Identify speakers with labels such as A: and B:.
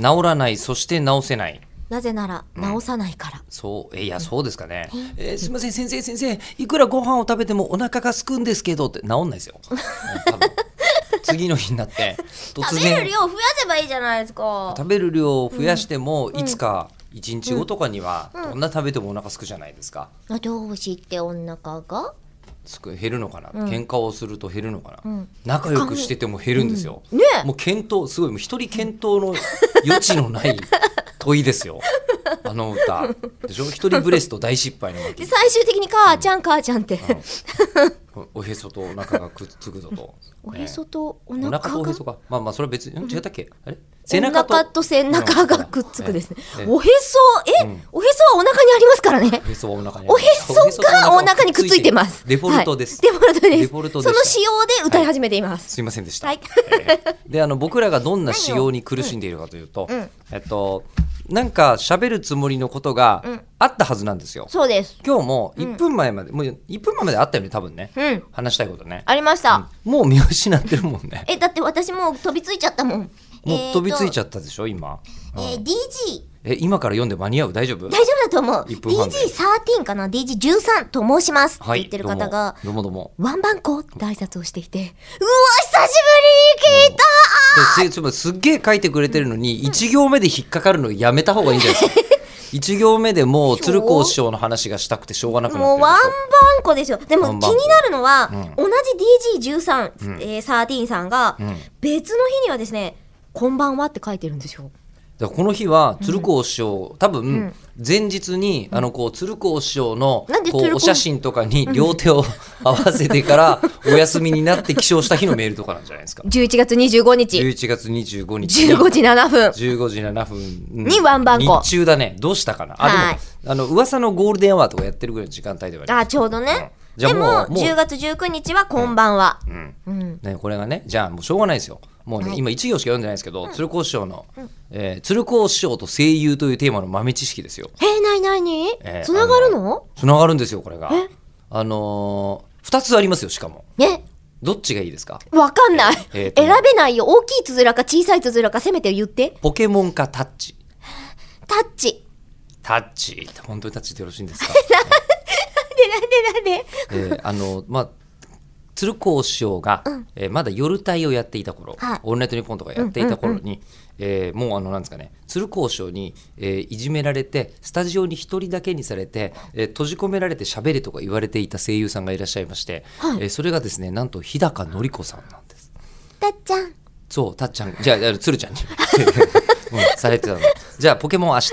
A: 治らないそして治せない
B: なぜなら治さないから、
A: そうえいやそうですかね、えーすいません先生先生いくらご飯を食べてもお腹がすくんですけどって治んないです ようん多分次の日になって突
B: 食べる
A: 然
B: 量増やせばいいじゃないですか
A: 食べる量を増やしても、いつか1日後とかには、
B: ん
A: どんな食べてもお腹すくじゃないですか
B: どうしてお腹が
A: すく減るのかな、喧嘩をすると減るのかな、
B: ん
A: 仲良くしてても減るんですよ、
B: うんねえ
A: もう検討すごいもう一人検討の余地のない問いです よあの歌でしょ一人ブレスト大失敗の
B: で
A: 巻
B: 最終的に「母ちゃん母ちゃん」って、
A: おへそとお腹がくっつくぞと
B: おへそとお
A: ね
B: 腹
A: お腹
B: が
A: とおへそかまあまあそれは別にん違ったっけあれ
B: お腹と背中がくっつくですね。おへそ、え、
A: うん
B: おへそはお腹にありますからね
A: お。へそはお腹にある
B: おへそがお腹にくっついてます。
A: デフォルトです、
B: はいデフォルトです。
A: デフォルトでした
B: その仕様で歌い始めています。
A: すいませんでした、
B: はい。
A: であの僕らがどんな仕様に苦しんでいるかというと、
B: うんうん
A: えっとなんか喋るつもりのことが
B: うん
A: あったはずなんですよ。
B: そうです。
A: 今日も1分前まで、もう1分前まであったよね多分ね、
B: うん。
A: 話したいことね。
B: ありました。
A: もう見失ってるもんね。
B: え、だって私もう飛びついちゃったもん。
A: もう飛びついち
B: ゃっ
A: ゃったでしょ今。
B: た。えー、DG。
A: え今から読んで間に合う大丈夫？
B: 大丈夫だと思う。
A: 一分半で
B: DG13 かな ?DG13 と申します。って
A: はい。
B: 言ってる方が、
A: どうもどうも
B: ワンバンコって挨拶をしていて、うわ、久しぶり聞いた
A: どうも。ですつまりすっげえ書いてくれてるのに一行目で引っかかるのやめた方がいいんじゃないですか。 一行目でもう鶴光師匠の話がしたくてしょうがなくなってる
B: もう
A: でしょ
B: ワンバンコですよ。で
A: ワ
B: も
A: ン
B: 気
A: バンコ
B: になるのは、
A: ん
B: 同じ DG13、えー、13さんが、
A: ん
B: 別の日にはですね、こんばんはって書いてるんですよ。
A: だからこの日は鶴光師匠、多分
B: ん
A: 前日に、あのこう鶴光師匠の
B: なんで
A: こ
B: 鶴
A: う
B: 光
A: お写真とかに両手を合わせてからお休みになって起床した日のメールとかなんじゃない ですか
B: 11月25日、
A: 11月25日
B: 15時7分。
A: 15時7分、うん
B: にワンバンコ
A: 日中だねどうしたかなあでも、
B: はい
A: あの噂のゴールデンアワーとかやってるぐらいの時間帯ではありま
B: あ、ちょうどね。
A: うんじゃ
B: で
A: あもう
B: も、
A: もう
B: 10月19日はこんばんは。
A: すうん
B: うん。
A: ね、これがねじゃあもうしょうがないですよもうね、
B: はい
A: 今1行しか読んでないですけど、鶴光師匠の、えー鶴光師匠と声優というテーマの豆知識ですよ
B: えー、なになに
A: えー
B: つながるの
A: つながるんですよこれが
B: え
A: あのー、2つありますよしかも
B: ね、
A: どっちがいいですか
B: わかんない。
A: えー
B: 選
A: と
B: べないよ。大きいつづらか小さいつづらかせめて言って。
A: ポケモンかタッチ
B: タッチ。
A: タッチ本当にタッチでよろしいんですか、
B: なんでなんでなん
A: え
B: で
A: ーあのまあ鶴光師匠が、えーまだ夜帯をやっていた頃、
B: はい
A: オールナイトニッポンとかやっていた頃に、えーもうあのなんですかね鶴光師匠に、えーいじめられてスタジオに一人だけにされて、えー閉じ込められて喋れとか言われていた声優さんがいらっしゃいまして、
B: はい
A: えーそれがですねなんと日高のり子さんなんです。
B: たっちゃん。
A: そう、たっちゃん、じゃあ、つるちゃんに、うん、されてたの。じゃあ、ポケモン明日、